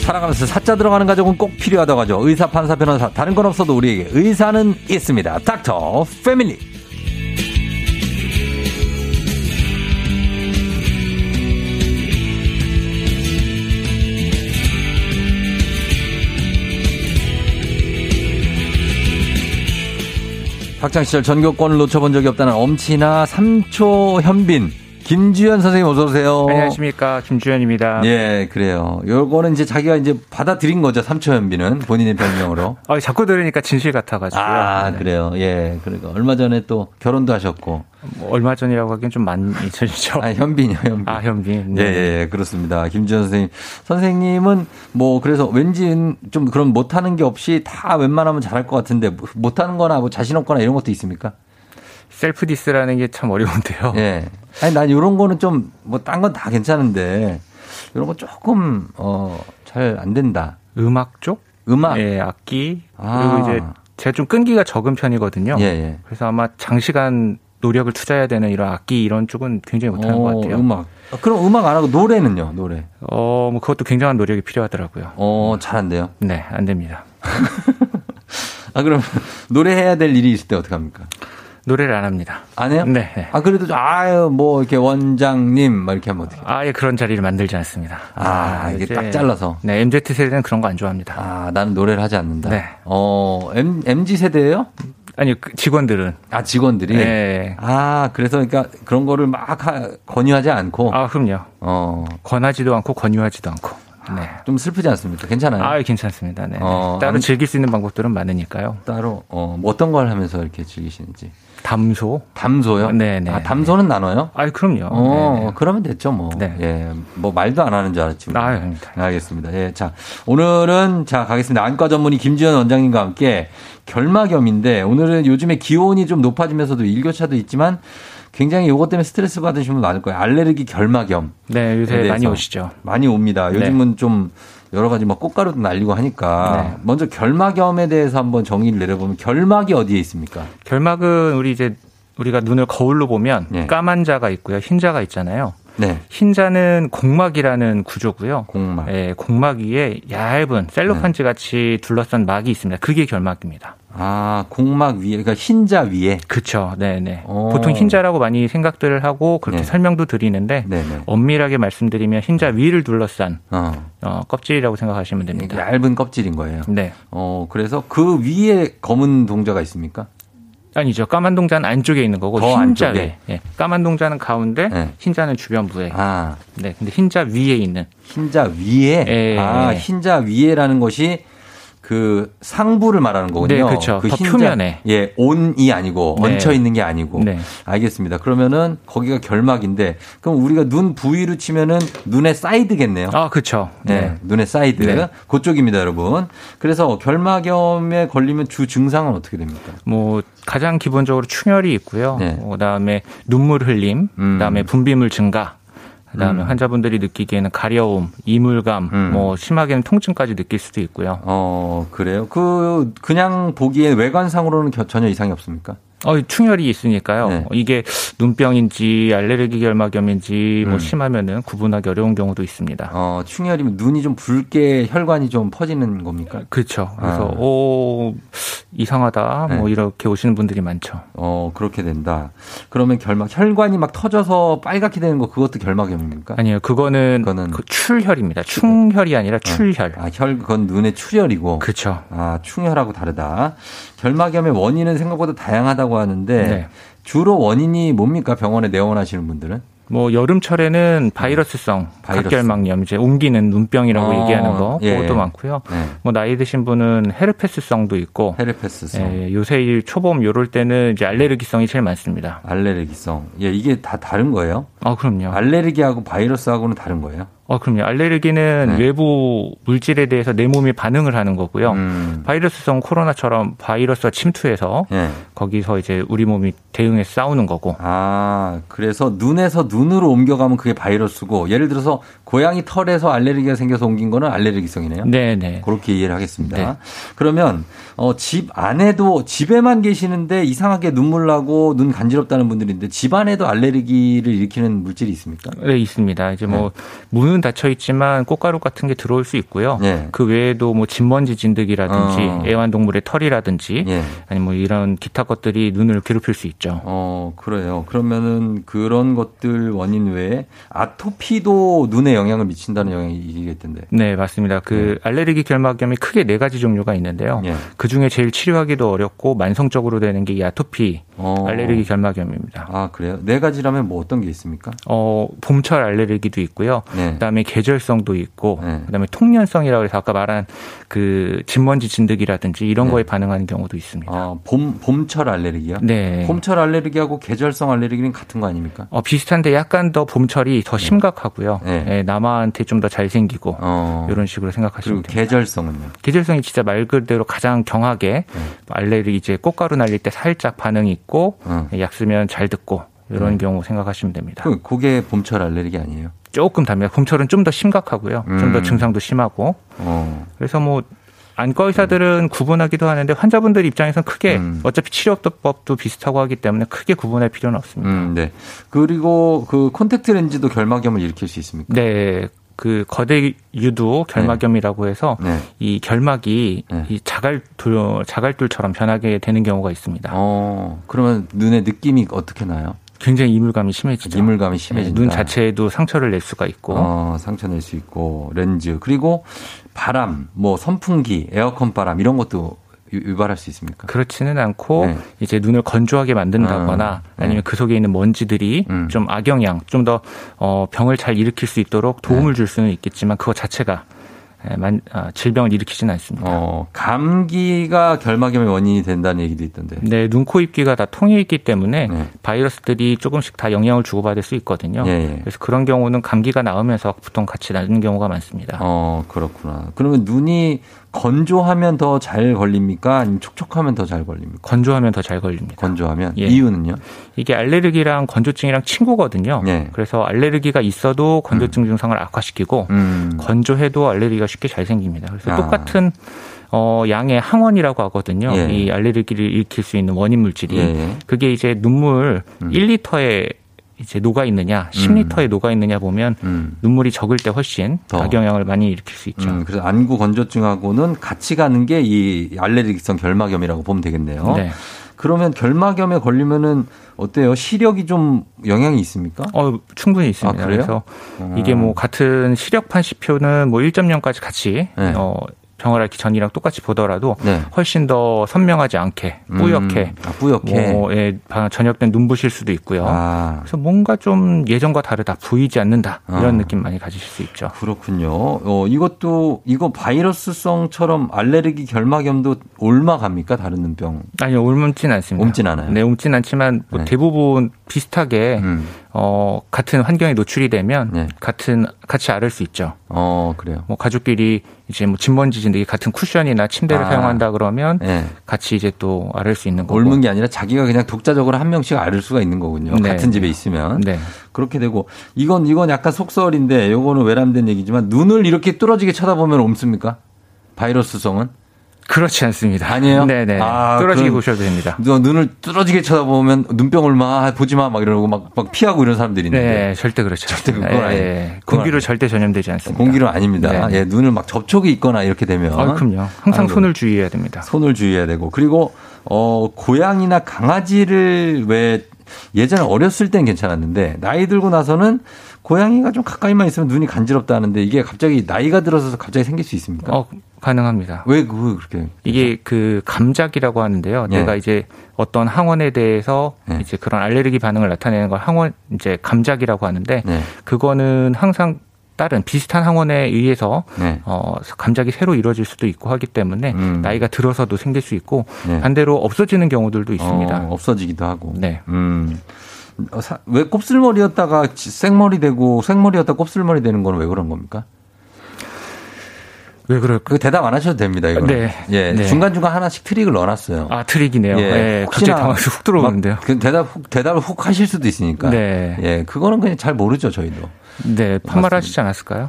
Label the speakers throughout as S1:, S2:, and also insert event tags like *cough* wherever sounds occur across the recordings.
S1: 살아가면서 사자 들어가는 가족은 꼭 필요하다고 하죠. 의사, 판사, 변호사 다른 건 없어도 우리에게 의사는 있습니다. 닥터 패밀리. 학창시절 전교권을 놓쳐본 적이 없다는 엄치나 삼초 현빈 김주현 선생님 어서 오세요.
S2: 안녕하십니까 김주현입니다.
S1: 예, 그래요. 요거는 이제 자기가 이제 받아들인 거죠. 삼초현비는 본인의 별명으로.
S2: 아, 자꾸 들으니까 진실 *laughs* 같아가지고. 네.
S1: 아, 그래요. 예, 그리고 얼마 전에 또 결혼도
S2: *laughs*
S1: 하셨고.
S2: 뭐 얼마 전이라고 하기엔 좀 많이 *laughs* 전이죠.
S1: 아, 현빈이요, 현빈.
S2: 아, 현빈.
S1: 예, 예, 예, 그렇습니다. 김주현 선생님. 선생님은 뭐, 그래서 왠지 좀 그런 못하는 게 없이 다 웬만하면 잘할 것 같은데, 못하는 거나 뭐 자신 없거나 이런 것도 있습니까?
S2: 셀프 디스라는 게 참 어려운데요.
S1: 예. 아니, 난 이런 거는 좀, 뭐, 딴 건 다 괜찮은데, 이런 거 조금, 어, 잘 안 된다.
S2: 음악 쪽?
S1: 음악.
S2: 예, 악기.
S1: 아.
S2: 그리고 이제 제가 좀 끈기가 적은 편이거든요.
S1: 예, 예.
S2: 그래서 아마 장시간 노력을 투자해야 되는 이런 악기 이런 쪽은 굉장히 못하는 것
S1: 어,
S2: 같아요.
S1: 음악. 아, 그럼 음악 안 하고 노래는요, 노래.
S2: 어, 뭐 그것도 굉장한 노력이 필요하더라고요.
S1: 어, 잘한대요.
S2: 네, 안 됩니다.
S1: 아, 그럼 *laughs* 노래해야 될 일이 있을 때 어떡합니까?
S2: 노래를 안 합니다.
S1: 안 해요?
S2: 네, 네.
S1: 아, 그래도 좀, 아유, 뭐, 이렇게 원장님, 막 이렇게 하면 어떡해요?
S2: 아예 그런 자리를 만들지 않습니다.
S1: 아, 이게 딱 잘라서.
S2: 네, MZ 세대는 그런 거 안 좋아합니다.
S1: 아, 나는 노래를 하지 않는다.
S2: 네.
S1: 어, M, MG 세대예요
S2: 아니 그 직원들은
S1: 아, 직원들이?
S2: 네.
S1: 아, 그래서 그러니까 그런 거를 막 하- 권유하지 않고,
S2: 아 그럼요.
S1: 어,
S2: 권하지도 않고 권유하지도 않고. 네.
S1: 좀 슬프지 않습니까? 괜찮아요.
S2: 아 괜찮습니다. 네.
S1: 아, 어,
S2: 따로
S1: 안-
S2: 즐길 수 있는 방법들은 많으니까요.
S1: 따로, 어, 뭐 어떤 걸 하면서 이렇게 즐기시는지.
S2: 담소.
S1: 담소요?
S2: 네네.
S1: 아, 담소는 나눠요?
S2: 아 그럼요.
S1: 어,
S2: 네네.
S1: 그러면 됐죠, 뭐.
S2: 네.
S1: 예. 뭐, 말도 안 하는 줄 알았지. 뭐.
S2: 아, 아닙니다.
S1: 알겠습니다. 예. 자, 오늘은, 자, 가겠습니다. 안과 전문의 김지현 원장님과 함께 결막염인데, 오늘은 요즘에 기온이 좀 높아지면서도 일교차도 있지만, 굉장히 요것 때문에 스트레스 받으시는 분 많을 거예요. 알레르기 결막염.
S2: 네 요새
S1: 대해서
S2: 많이 오시죠.
S1: 많이 옵니다.
S2: 네.
S1: 요즘은 좀 여러 가지 막 꽃가루도 날리고 하니까
S2: 네.
S1: 먼저 결막염에 대해서 한번 정의를 내려보면 결막이 어디에 있습니까?
S2: 결막은 우리 이제 우리가 눈을 거울로 보면
S1: 예.
S2: 까만 자가 있고요, 흰 자가 있잖아요.
S1: 네.
S2: 흰 자는 곡막이라는 구조고요.
S1: 공막. 네.
S2: 예, 곡막 위에 얇은 셀로판지 같이 둘러싼 막이 있습니다. 그게 결막입니다.
S1: 아, 공막 위에 그러니까 흰자 위에.
S2: 그렇죠. 네, 네.
S1: 어.
S2: 보통 흰자라고 많이 생각들을 하고 그렇게
S1: 네.
S2: 설명도 드리는데
S1: 네, 네.
S2: 엄밀하게 말씀드리면 흰자 위를 둘러싼
S1: 어.
S2: 어, 껍질이라고 생각하시면
S1: 이게
S2: 됩니다.
S1: 얇은 껍질인 거예요.
S2: 네.
S1: 어, 그래서 그 위에 검은 동자가 있습니까?
S2: 아니죠. 까만 동자는 안쪽에 있는 거고
S1: 더
S2: 흰자
S1: 안쪽에.
S2: 위에. 예. 까만 동자는 가운데,
S1: 네.
S2: 흰자는 주변부에.
S1: 아,
S2: 네. 근데 흰자 위에 있는
S1: 흰자 위에.
S2: 예.
S1: 아, 흰자 위에라는 것이 그 상부를 말하는 거군요.
S2: 네, 그렇죠. 더 표면에.
S1: 예, 온이 아니고
S2: 네.
S1: 얹혀 있는 게 아니고.
S2: 네.
S1: 알겠습니다. 그러면은 거기가 결막인데 그럼 우리가 눈 부위로 치면은 눈의 사이드겠네요.
S2: 아, 그렇죠.
S1: 네.
S2: 네.
S1: 눈의 사이드.
S2: 네.
S1: 그쪽입니다, 여러분. 그래서 결막염에 걸리면 주 증상은 어떻게 됩니까?
S2: 뭐 가장 기본적으로 충혈이 있고요.
S1: 네.
S2: 어, 그다음에 눈물 흘림,
S1: 음.
S2: 그다음에 분비물 증가. 그다음에 환자분들이 느끼기에는 가려움, 이물감,
S1: 음.
S2: 뭐 심하게는 통증까지 느낄 수도 있고요.
S1: 어, 그래요. 그 그냥 보기에 외관상으로는 겨- 전혀 이상이 없습니까?
S2: 어, 충혈이 있으니까요.
S1: 네.
S2: 어, 이게 눈병인지 알레르기 결막염인지
S1: 음.
S2: 뭐 심하면은 구분하기 어려운 경우도 있습니다.
S1: 어, 충혈이면 눈이 좀 붉게 혈관이 좀 퍼지는 겁니까?
S2: 그렇죠. 그래서
S1: 아.
S2: 오 이상하다 뭐
S1: 네.
S2: 이렇게 오시는 분들이 많죠.
S1: 어, 그렇게 된다. 그러면 결막 혈관이 막 터져서 빨갛게 되는 거 그것도 결막염입니까?
S2: 아니요, 그거는,
S1: 그거는-
S2: 그 출혈입니다. 충혈이 아니라 출혈.
S1: 아, 혈 그건 눈의 출혈이고.
S2: 그렇죠.
S1: 아, 충혈하고 다르다. 결막염의 원인은 생각보다 다양하다고 하는데
S2: 네.
S1: 주로 원인이 뭡니까? 병원에 내원하시는 분들은?
S2: 뭐 여름철에는 바이러스성
S1: 음. 바이러스.
S2: 각결막염 이제 옮기는 눈병이라고
S1: 어,
S2: 얘기하는 거
S1: 예.
S2: 그것도 많고요.
S1: 네.
S2: 뭐 나이 드신 분은 헤르페스성도 있고
S1: 헤르페스성,
S2: 예, 요새 이 초봄 요럴 때는 이제 알레르기성이 제일 많습니다.
S1: 알레르기성. 예, 이게 다 다른 거예요?
S2: 아 그럼요.
S1: 알레르기하고 바이러스하고는 다른 거예요?
S2: 아 그럼요. 알레르기는
S1: 네.
S2: 외부 물질에 대해서 내 몸이 반응을 하는 거고요.
S1: 음.
S2: 바이러스성 코로나처럼 바이러스가 침투해서
S1: 예.
S2: 거기서 이제 우리 몸이 대응해 싸우는 거고.
S1: 아, 그래서 눈에서 눈으로 옮겨가면 그게 바이러스고 예를 들어서 고양이 털에서 알레르기가 생겨서 옮긴 거는 알레르기성이네요.
S2: 네네.
S1: 그렇게 이해를 하겠습니다.
S2: 네.
S1: 그러면 어, 집 안에도 집에만 계시는데 이상하게 눈물 나고 눈 간지럽다는 분들인데 집 안에도 알레르기를 일으키는 물질이 있습니까?
S2: 네, 있습니다. 이제 뭐, 문을 문은 닫혀 있지만 꽃가루 같은 게 들어올 수 있고요.
S1: 예.
S2: 그 외에도 뭐 진먼지 진드기라든지
S1: 어.
S2: 애완동물의 털이라든지
S1: 예.
S2: 아니면 뭐 이런 기타 것들이 눈을 괴롭힐 수 있죠.
S1: 어, 그래요. 그러면은 그런 것들 원인 외에 아토피도 눈에 영향을 미친다는 영향이 있겠던데.
S2: 네, 맞습니다. 그 알레르기 결막염이 크게 네 가지 종류가 있는데요.
S1: 예.
S2: 그 중에 제일 치료하기도 어렵고 만성적으로 되는 게 이 아토피
S1: 어.
S2: 알레르기 결막염입니다.
S1: 아, 그래요? 네 가지라면 뭐 어떤 게 있습니까?
S2: 어, 봄철 알레르기도 있고요.
S1: 네.
S2: 그다음에 계절성도 있고
S1: 네.
S2: 그다음에 통년성이라고 해서 아까 말한 그 진먼지 진드기라든지 이런
S1: 네.
S2: 거에 반응하는 경우도 있습니다.
S1: 아, 봄, 봄철 알레르기요?
S2: 네.
S1: 봄철 알레르기하고 계절성 알레르기는 같은 거 아닙니까?
S2: 어, 비슷한데 약간 더 봄철이 더 심각하고요.
S1: 네.
S2: 예, 남아한테 좀 더 잘생기고
S1: 어.
S2: 이런 식으로
S1: 그리고
S2: 생각하시면 됩니다.
S1: 계절성은요?
S2: 계절성이 진짜 말 그대로 가장 경하게
S1: 네.
S2: 알레르기 이제 꽃가루 날릴 때 살짝 반응이 있고 예,
S1: 어.
S2: 약 쓰면 잘 듣고 이런
S1: 네.
S2: 경우 생각하시면 됩니다.
S1: 그, 그게 봄철 알레르기 아니에요?
S2: 조금 답니다. 봄철은 좀 더 심각하고요. 좀 더
S1: 음.
S2: 증상도 심하고
S1: 어.
S2: 그래서 뭐 안과 의사들은 구분하기도 하는데 환자분들 입장에선 크게
S1: 음.
S2: 어차피 치료법도 비슷하고 하기 때문에 크게 구분할 필요는 없습니다.
S1: 음, 네. 그리고 그 콘택트 렌즈도 결막염을 일으킬 수 있습니까?
S2: 네. 그 거대 유두 결막염이라고 해서
S1: 네.
S2: 이 결막이
S1: 네.
S2: 이 자갈돌 자갈돌처럼 변하게 되는 경우가 있습니다.
S1: 어, 그러면 눈에 느낌이 어떻게 나요?
S2: 굉장히 이물감이 심해지죠.
S1: 이물감이
S2: 네,
S1: 심해진다.
S2: 눈 자체에도 상처를 낼 수가 있고
S1: 어, 상처 낼 수 있고 렌즈 그리고 바람, 뭐 선풍기, 에어컨 바람 이런 것도 유- 유발할 수 있습니까?
S2: 그렇지는 않고
S1: 네.
S2: 이제 눈을 건조하게 만든다거나
S1: 음, 네.
S2: 아니면 그 속에 있는 먼지들이
S1: 음.
S2: 좀 악영향, 좀 더 어, 병을 잘 일으킬 수 있도록
S1: 네.
S2: 도움을 줄 수는 있겠지만 그거 자체가 예, 만- 아, 질병을 일으키지는 않습니다.
S1: 어, 감기가 결막염의 원인이 된다는 얘기도 있던데.
S2: 네, 눈, 코, 입, 귀가 다 통해 있기 때문에
S1: 네.
S2: 바이러스들이 조금씩 다 영향을 주고받을 수 있거든요.
S1: 예, 예.
S2: 그래서 그런 경우는 감기가 나오면서 보통 같이 나는 경우가 많습니다.
S1: 어, 그렇구나. 그러면 눈이 건조하면 더 잘 걸립니까? 아니면 촉촉하면 더 잘 걸립니까?
S2: 건조하면 더 잘 걸립니다.
S1: 건조하면
S2: 예.
S1: 이유는요?
S2: 이게 알레르기랑 건조증이랑 친구거든요.
S1: 예.
S2: 그래서 알레르기가 있어도 건조증 증상을 악화시키고
S1: 음.
S2: 건조해도 알레르기가 쉽게 잘 생깁니다. 그래서
S1: 아.
S2: 똑같은 어, 양의 항원이라고 하거든요.
S1: 예.
S2: 이 알레르기를 일으킬 수 있는 원인 물질이
S1: 예. 음.
S2: 그게 이제 눈물 1리터에 이제 녹아 있느냐, 10리터에 녹아 있느냐 보면
S1: 음.
S2: 눈물이 적을 때 훨씬
S1: 더.
S2: 악영향을 많이 일으킬 수 있죠.
S1: 음, 그래서 안구 건조증하고는 같이 가는 게 이 알레르기성 결막염이라고 보면 되겠네요.
S2: 네.
S1: 그러면 결막염에 걸리면은 어때요? 시력이 좀 영향이 있습니까?
S2: 어, 충분히 있습니다.
S1: 아, 그래요?
S2: 그래서
S1: 음.
S2: 이게 뭐 같은 시력판 시표는 뭐 1.0까지 같이
S1: 네.
S2: 어, 병을 앓기 전이랑 똑같이 보더라도
S1: 네.
S2: 훨씬 더 선명하지 않게 뿌옇게
S1: 음, 아, 뿌옇게.
S2: 뭐 예, 바- 전염된 눈부실 수도 있고요.
S1: 아.
S2: 그래서 뭔가 좀 예전과 다르다 보이지 않는다 이런
S1: 아.
S2: 느낌 많이 가지실 수 있죠.
S1: 그렇군요. 어, 이것도 이거 바이러스성처럼 알레르기 결막염도 올마갑니까? 다른 눈병.
S2: 아니요 옮진 않습니다.
S1: 옮진 않아요?
S2: 네 옮진 않지만 뭐
S1: 네.
S2: 대부분 비슷하게
S1: 음.
S2: 어, 같은 환경에 노출이 되면
S1: 네.
S2: 같은 같이 앓을 수 있죠.
S1: 어, 그래요.
S2: 뭐 가족끼리 이제 뭐 진먼지 진드기 같은 쿠션이나 침대를
S1: 아.
S2: 사용한다 그러면
S1: 예.
S2: 같이 이제 또 앓을 수 있는 거고.
S1: 옮은 게 아니라 자기가 그냥 독자적으로 한 명씩 앓을 수가 있는 거군요.
S2: 네.
S1: 같은 집에 있으면.
S2: 네.
S1: 그렇게 되고 이건 이건 약간 속설인데 요거는 외람된 얘기지만 눈을 이렇게 뚫어지게 쳐다보면 옮습니까? 바이러스성은?
S2: 그렇지 않습니다.
S1: 아니에요?
S2: 네네.
S1: 아,
S2: 떨어지게
S1: 그럼-
S2: 보셔도 됩니다.
S1: 너 눈을 뚫어지게 쳐다보면 눈병 올마 보지 마 막 이러고 막, 막 피하고 이런 사람들이
S2: 네,
S1: 있는데
S2: 절대 그렇지
S1: 절대
S2: 않습니다. 예,
S1: 그건 아니- 그건
S2: 공기로
S1: 아니-
S2: 절대 전염되지 않습니다.
S1: 공기로 아닙니다.
S2: 네.
S1: 예, 눈을 막 접촉이 있거나 이렇게 되면
S2: 아, 그럼요. 항상
S1: 어? 아이고.
S2: 손을 주의해야 됩니다.
S1: 손을 주의해야 되고 그리고 어 고양이나 강아지를 왜 예전에 어렸을 땐 괜찮았는데 나이 들고 나서는 고양이가 좀 가까이만 있으면 눈이 간지럽다 하는데 이게 갑자기 나이가 들어서 갑자기 생길 수 있습니까? 네.
S2: 어, 가능합니다.
S1: 왜 그거 그렇게
S2: 이게 그 감작이라고 하는데요.
S1: 예.
S2: 내가 이제 어떤 항원에 대해서
S1: 예.
S2: 이제 그런 알레르기 반응을 나타내는 걸 항원 이제 감작이라고 하는데
S1: 네.
S2: 그거는 항상 다른 비슷한 항원에 의해서
S1: 네.
S2: 어, 감작이 새로 이루어질 수도 있고 하기 때문에
S1: 음.
S2: 나이가 들어서도 생길 수 있고
S1: 네.
S2: 반대로 없어지는 경우들도 있습니다.
S1: 어, 없어지기도 하고.
S2: 네.
S1: 음. 어, 사- 왜 곱슬머리였다가 지- 생머리 되고 생머리였다 가 곱슬머리 되는 건 왜 그런 겁니까?
S2: 왜 그럴까?
S1: 그 대답 안 하셔도 됩니다. 이거
S2: 네.
S1: 예,
S2: 네.
S1: 중간 중간 하나씩 트릭을 넣어놨어요.
S2: 아 트릭이네요. 예, 갑자기
S1: 혹시나
S2: 당황해서 훅
S1: 막
S2: 들어오는데요.
S1: 그 대답 훅, 대답을 훅 하실 수도 있으니까.
S2: 네.
S1: 예, 그거는 그냥 잘 모르죠 저희도. *laughs*
S2: 네, 판말하시지 않았을까요?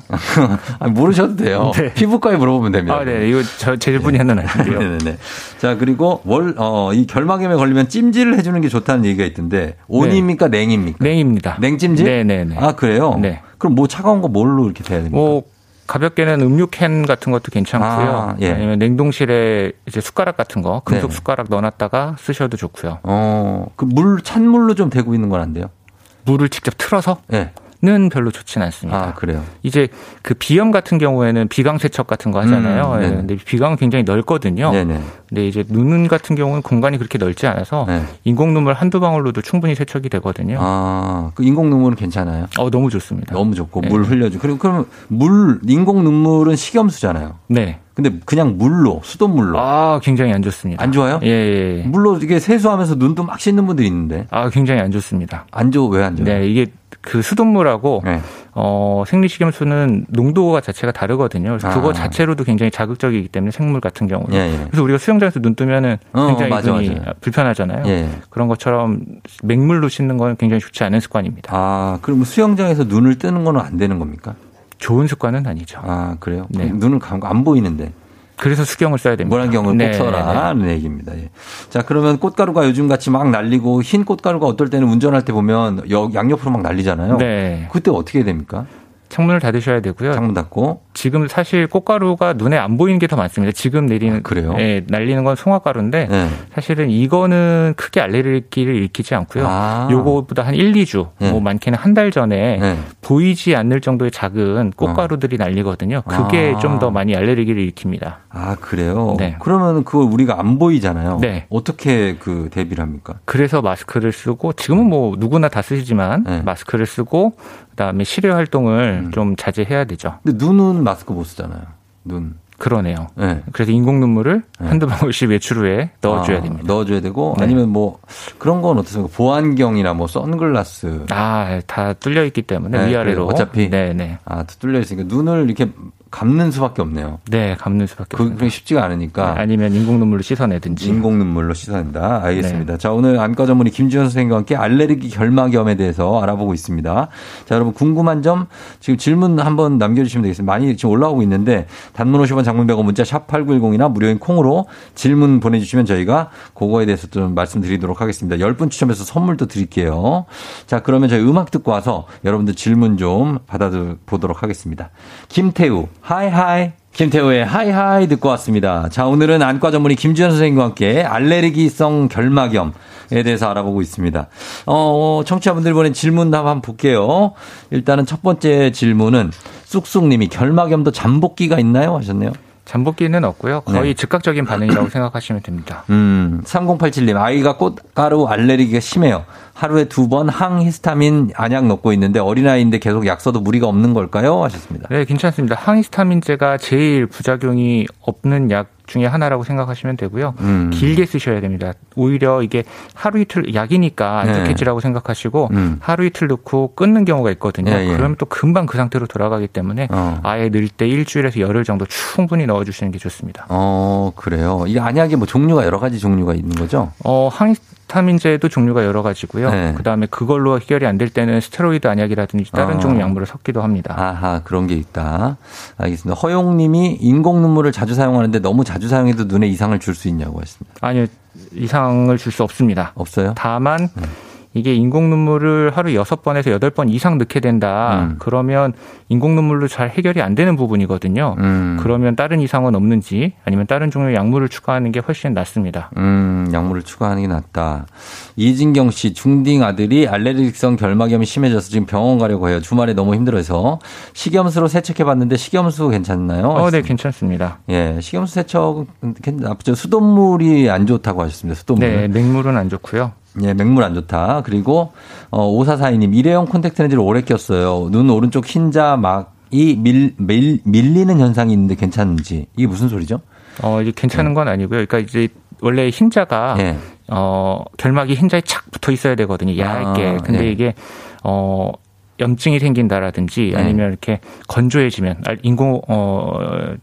S1: 아, 모르셔도 돼요.
S2: 네.
S1: 피부과에 물어보면 됩니다.
S2: 아, 네, 이거 저, 제 질문이었는
S1: *laughs*
S2: 아닌데요.
S1: 네네네. 자 그리고 월 어 이 결막염에 걸리면 찜질을 해주는 게 좋다는 얘기가 있던데 온입니까 냉입니까?
S2: 냉입니다.
S1: 냉찜질?
S2: 네, 네, 네.
S1: 아 네. 그래요?
S2: 네.
S1: 그럼 뭐 차가운 거 뭘로 이렇게 돼야 됩니까?
S2: 뭐 가볍게는 음료캔 같은 것도 괜찮고요.
S1: 아, 예.
S2: 아니면 냉동실에 이제 숟가락 같은 거 금속
S1: 네.
S2: 숟가락 넣어놨다가 쓰셔도 좋고요.
S1: 어그 물 찬물로 좀 대고 있는 건 안 돼요?
S2: 물을 직접 틀어서는
S1: 네.
S2: 별로 좋진 않습니다.
S1: 아 그래요.
S2: 이제 그 비염 같은 경우에는 비강 세척 같은 거 하잖아요.
S1: 음,
S2: 예,
S1: 네네.
S2: 근데 비강은 굉장히 넓거든요.
S1: 네네.
S2: 근데 이제 눈 같은 경우는 공간이 그렇게 넓지 않아서
S1: 네.
S2: 인공 눈물 한두 방울로도 충분히 세척이 되거든요.
S1: 아그 인공 눈물은 괜찮아요.
S2: 어 너무 좋습니다.
S1: 너무 좋고
S2: 네.
S1: 물 흘려주. 그리고 그럼 물 인공 눈물은 식염수잖아요.
S2: 네.
S1: 근데 그냥 물로 수돗물로
S2: 아 굉장히 안 좋습니다.
S1: 안 좋아요?
S2: 예, 예. 예.
S1: 물로 이게 세수하면서 눈도 막 씻는 분들이 있는데
S2: 아 굉장히 안 좋습니다.
S1: 안 좋아 왜 안 좋아?
S2: 네, 이게 그 수돗물하고
S1: 네.
S2: 어, 생리식염수는 농도가 자체가 다르거든요. 그래서
S1: 아.
S2: 그거 자체로도 굉장히 자극적이기 때문에 생물 같은 경우는.
S1: 예, 예.
S2: 그래서 우리가 수영장에서 눈 뜨면은
S1: 어,
S2: 굉장히
S1: 맞아,
S2: 눈이
S1: 맞아요.
S2: 불편하잖아요.
S1: 예, 예.
S2: 그런 것처럼 맹물로 씻는 건 굉장히 좋지 않은 습관입니다.
S1: 아, 그럼 수영장에서 눈을 뜨는 건 안 되는 겁니까?
S2: 좋은 습관은 아니죠.
S1: 아, 그래요?
S2: 네.
S1: 눈을 감고 안 보이는데.
S2: 그래서 수경을 써야 됩니다.
S1: 물안경을
S2: 네,
S1: 꼭 써라. 라는 얘기입니다. 예. 자, 그러면 꽃가루가 요즘 같이 막 날리고 흰 꽃가루가 어떨 때는 운전할 때 보면 여- 양옆으로 막 날리잖아요.
S2: 네. 네.
S1: 그때 어떻게 해야 됩니까?
S2: 창문을 닫으셔야 되고요.
S1: 창문 닫고.
S2: 지금 사실 꽃가루가 눈에 안 보이는 게 더 많습니다. 지금 내리는
S1: 아, 그래요?
S2: 예, 날리는 건 송화가루인데
S1: 예.
S2: 사실은 이거는 크게 알레르기를 일으키지 않고요.
S1: 아.
S2: 요거보다 네. 한 1, 2주,
S1: 네.
S2: 뭐 많게는 한 달 전에
S1: 예.
S2: 보이지 않을 정도의 작은 꽃가루들이 날리거든요. 그게
S1: 아.
S2: 좀 더 많이 알레르기를 일으킵니다.
S1: 아, 그래요?
S2: 네.
S1: 그러면 그걸 우리가 안 보이잖아요.
S2: 네.
S1: 어떻게 그 대비를 합니까?
S2: 그래서 마스크를 쓰고 지금은 뭐 누구나 다 쓰시지만
S1: 네.
S2: 마스크를 쓰고 그다음에 실외 활동을
S1: 음.
S2: 좀 자제해야 되죠.
S1: 근데 눈은 마스크 못 쓰잖아요. 눈.
S2: 그러네요.
S1: 예.
S2: 그래서 인공 눈물을
S1: 네.
S2: 한두 방울씩 외출 후에 넣어줘야
S1: 아,
S2: 됩니다.
S1: 넣어줘야 되고
S2: 네.
S1: 아니면 뭐 그런 건 어떻습니까? 보안경이나 뭐 선글라스
S2: 아, 다 뚫려 있기 때문에
S1: 네, 그래요.
S2: 위아래로
S1: 어차피.
S2: 네, 네.
S1: 아 뚫려 있으니까 눈을 이렇게 감는 수밖에 없네요.
S2: 네, 감는 수밖에
S1: 그-
S2: 없습니다.
S1: 그게 쉽지가 않으니까
S2: 네, 아니면 인공 눈물로 씻어내든지.
S1: 인공 눈물로 씻어낸다. 알겠습니다. 자 오늘 안과 전문의 김지현 선생님과 함께 알레르기 결막염에 대해서 알아보고 있습니다. 자 여러분 궁금한 점 지금 질문 한번 남겨주시면 되겠습니다. 많이 지금 올라오고 있는데 단문 50원 장문 100원 문자 샵 #8910이나 무료인 콩으로 질문 보내주시면 저희가 그거에 대해서 좀 말씀드리도록 하겠습니다. 10분 추첨해서 선물도 드릴게요. 자, 그러면 저희 음악 듣고 와서 여러분들 질문 좀 받아보도록 하겠습니다. 김태우, 하이하이. 김태우의 하이하이 듣고 왔습니다. 자, 오늘은 안과 전문의 김지현 선생님과 함께 알레르기성 결막염, 에 대해서 알아보고 있습니다. 어, 청취자분들 보낸 질문 답 한번 볼게요. 일단은 첫 번째 질문은 쑥쑥님이 결막염도 잠복기가 있나요? 하셨네요.
S2: 잠복기는 없고요.
S1: 네.
S2: 거의
S1: *clears throat*
S2: 즉각적인 반응이라고 생각하시면 됩니다.
S1: 음, 3087님, 아이가 꽃가루 알레르기가 심해요. 하루에 두 번 항히스타민 안약 넣고 있는데 어린아이인데 계속 약 써도 무리가 없는 걸까요? 하셨습니다.
S2: 네, 괜찮습니다. 항히스타민제가 제일 부작용이 없는 약 중에 하나라고 생각하시면 되고요.
S1: 음.
S2: 길게 쓰셔야 됩니다. 오히려 이게 하루 이틀 약이니까 안
S1: 네.
S2: 좋겠지라고 생각하시고
S1: 음.
S2: 하루 이틀 넣고 끊는 경우가 있거든요.
S1: 예, 예.
S2: 그러면 또 금방 그 상태로 돌아가기 때문에
S1: 어.
S2: 아예 넣을 때 일주일에서 열흘 정도 충분히 넣어주시는 게 좋습니다.
S1: 어, 그래요. 이 안약이 뭐 종류가 여러 가지 종류가 있는 거죠?
S2: 어, 항히스타민제도 종류가 여러 가지고요.
S1: 네.
S2: 그다음에 그걸로 해결이 안 될 때는 스테로이드 안약이라든지 다른
S1: 어.
S2: 종류 약물을 섞기도 합니다.
S1: 아하, 그런 게 있다. 알겠습니다. 허용님이 인공 눈물을 자주 사용하는데 너무 자주 사용해도 눈에 이상을 줄 수 있냐고 하셨습니다.
S2: 아니요. 이상을 줄 수 없습니다.
S1: 없어요?
S2: 다만 이게 인공 눈물을 하루 여섯 번에서 여덟 번 이상 넣게 된다.
S1: 음.
S2: 그러면 인공 눈물로 잘 해결이 안 되는 부분이거든요.
S1: 음,
S2: 그러면 다른 이상은 없는지 아니면 다른 종류의 약물을 추가하는 게 훨씬 낫습니다.
S1: 음, 약물을 추가하는 게 낫다. 이진경 씨, 중딩 아들이 알레르기성 결막염이 심해져서 지금 병원 가려고 해요. 주말에 너무 힘들어서. 식염수로 세척해봤는데 식염수 괜찮나요?
S2: 어, 네, 괜찮습니다.
S1: 예, 식염수 세척은 괜- 나쁘죠. 수돗물이 안 좋다고 하셨습니다. 수돗물.
S2: 네, 냉물은 안 좋고요.
S1: 예, 맹물 안 좋다. 그리고 어 5442님 일회용 콘택트 렌즈를 오래 꼈어요. 눈 오른쪽 흰자 막이 밀, 밀 밀리는 현상이 있는데 괜찮은지. 이게 무슨 소리죠?
S2: 어, 이게 괜찮은 건 아니고요. 그러니까 이제 원래 흰자가
S1: 예.
S2: 어, 결막이 흰자에 착 붙어 있어야 되거든요. 얇게.
S1: 아,
S2: 근데
S1: 예.
S2: 이게 어 염증이 생긴다라든지
S1: 예.
S2: 아니면 이렇게 건조해지면 알- 인공 어 아,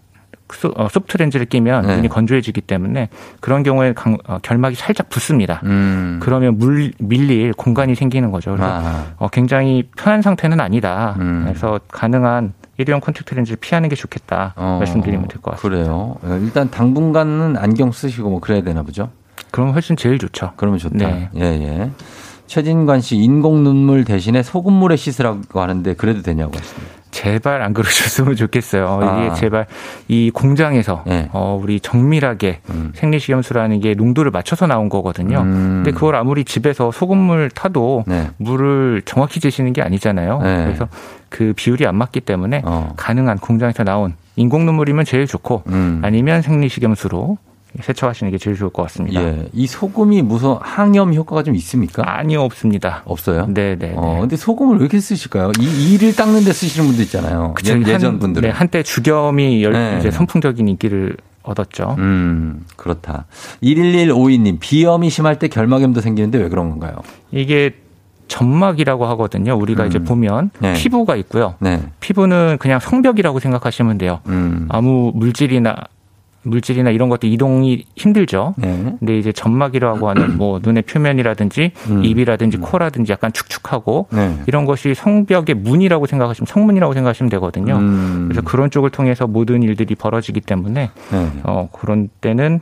S2: 소, 어, 소프트 렌즈를 끼면
S1: 네.
S2: 눈이 건조해지기 때문에 그런 경우에 강- 어, 결막이 살짝 붓습니다.
S1: 음.
S2: 그러면 물, 밀릴 공간이 생기는 거죠. 그래서
S1: 아,
S2: 어, 굉장히 편한 상태는 아니다.
S1: 음.
S2: 그래서 가능한 일회용 컨택트 렌즈를 피하는 게 좋겠다
S1: 어,
S2: 말씀드리면 될 것 같습니다.
S1: 그래요. 어, 일단 당분간은 안경 쓰시고 뭐 그래야 되나 보죠.
S2: 그럼 훨씬 제일 좋죠.
S1: 그러면 좋다.
S2: 네.
S1: 예, 예. 최진관 씨 인공 눈물 대신에 소금물에 씻으라고 하는데 그래도 되냐고 하시네요.
S2: 제발 안 그러셨으면 좋겠어요.
S1: 아.
S2: 이게 제발 이 공장에서
S1: 네.
S2: 어, 우리 정밀하게
S1: 음.
S2: 생리식염수라는 게 농도를 맞춰서 나온 거거든요.
S1: 음.
S2: 근데 그걸 아무리 집에서 소금물 타도
S1: 네.
S2: 물을 정확히 재시는 게 아니잖아요.
S1: 네.
S2: 그래서 그 비율이 안 맞기 때문에
S1: 어.
S2: 가능한 공장에서 나온 인공 눈물이면 제일 좋고
S1: 음.
S2: 아니면 생리식염수로 세척하시는 게 제일 좋을 것 같습니다.
S1: 예. 이 소금이 무슨 항염 효과가 좀 있습니까?
S2: 아니요 없습니다.
S1: 없어요.
S2: 네, 네.
S1: 어, 근데 소금을 왜 이렇게 쓰실까요? 이 이를 닦는데 쓰시는 분도 있잖아요.
S2: 그쵸,
S1: 예, 전
S2: 한-
S1: 분들은.
S2: 네, 한때 주겸이 열-
S1: 네.
S2: 이제 선풍적인 인기를 얻었죠.
S1: 음, 그렇다. 11152님, 비염이 심할 때 결막염도 생기는데 왜 그런 건가요?
S2: 이게 점막이라고 하거든요. 우리가 이제 보면
S1: 네.
S2: 피부가 있고요.
S1: 네.
S2: 피부는 그냥 성벽이라고 생각하시면 돼요.
S1: 음.
S2: 아무 물질이나 물질이나 이런 것들 이동이 힘들죠.
S1: 네.
S2: 근데 이제 점막이라고 하는 뭐 눈의 표면이라든지
S1: 음.
S2: 입이라든지 코라든지 약간 축축하고
S1: 네.
S2: 이런 것이 성벽의 문이라고 생각하시면 성문이라고 생각하시면 되거든요.
S1: 음.
S2: 그래서 그런 쪽을 통해서 모든 일들이 벌어지기 때문에
S1: 네.
S2: 어, 그런 때는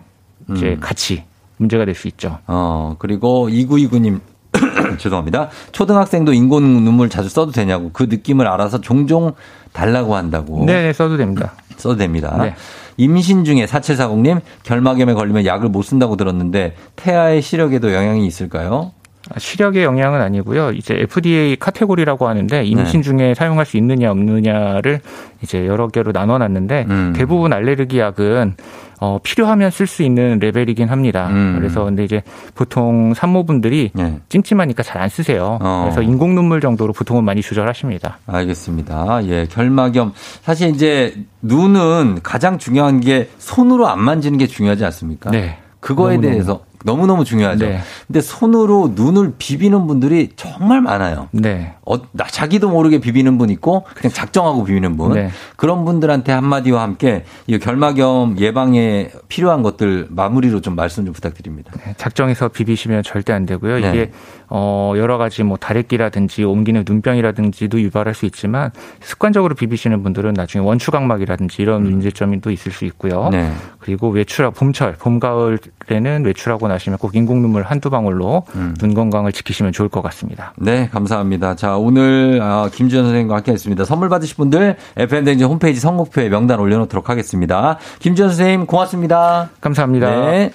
S2: 이제
S1: 음.
S2: 같이 문제가 될 수 있죠.
S1: 어, 그리고 2929님. *coughs* 죄송합니다. 초등학생도 인공 눈물 자주 써도 되냐고 그 느낌을 알아서 종종 달라고 한다고
S2: 네, 써도 됩니다.
S1: 써도 됩니다.
S2: 네.
S1: 임신 중에 4740님 결막염에 걸리면 약을 못 쓴다고 들었는데 태아의 시력에도 영향이 있을까요?
S2: 아, 시력의 영향은 아니고요. 이제 FDA 카테고리라고 하는데
S1: 네.
S2: 임신 중에 사용할 수 있느냐 없느냐를 이제 여러 개로 나눠놨는데
S1: 음.
S2: 대부분 알레르기 약은 어, 필요하면 쓸 수 있는 레벨이긴 합니다.
S1: 음.
S2: 그래서 근데 이제 보통 산모분들이
S1: 네.
S2: 찜찜하니까 잘 안 쓰세요.
S1: 어.
S2: 그래서 인공 눈물 정도로 보통은 많이 조절하십니다.
S1: 알겠습니다. 예, 결막염. 사실 이제 눈은 가장 중요한 게 손으로 안 만지는 게 중요하지 않습니까?
S2: 네.
S1: 그거에
S2: 너무너무.
S1: 대해서 너무너무 중요하죠.
S2: 네.
S1: 근데 손으로 눈을 비비는 분들이 정말 많아요.
S2: 네.
S1: 어, 나 자기도 모르게 비비는 분 있고 그냥 작정하고 비비는 분
S2: 네.
S1: 그런 분들한테 한마디와 함께 이 결막염 예방에 필요한 것들 마무리로 좀 말씀 좀 부탁드립니다.
S2: 작정해서 비비시면 절대 안 되고요.
S1: 네.
S2: 이게 어 여러 가지 뭐 다래끼라든지 옮기는 눈병이라든지도 유발할 수 있지만 습관적으로 비비시는 분들은 나중에 원추각막이라든지 이런 문제점이 또 있을 수 있고요.
S1: 음. 네.
S2: 그리고 외출하고 봄철, 봄 가을에는 외출하고 나시면 꼭 인공 눈물 한두 방울로
S1: 음.
S2: 눈 건강을 지키시면 좋을 것 같습니다.
S1: 네, 감사합니다. 자, 오늘 아, 김주현 선생님과 함께했습니다. 선물 받으실 분들 FM 댕진 홈페이지 선곡표에 명단 올려놓도록 하겠습니다. 김주현 선생님 고맙습니다.
S2: 감사합니다.
S1: 네.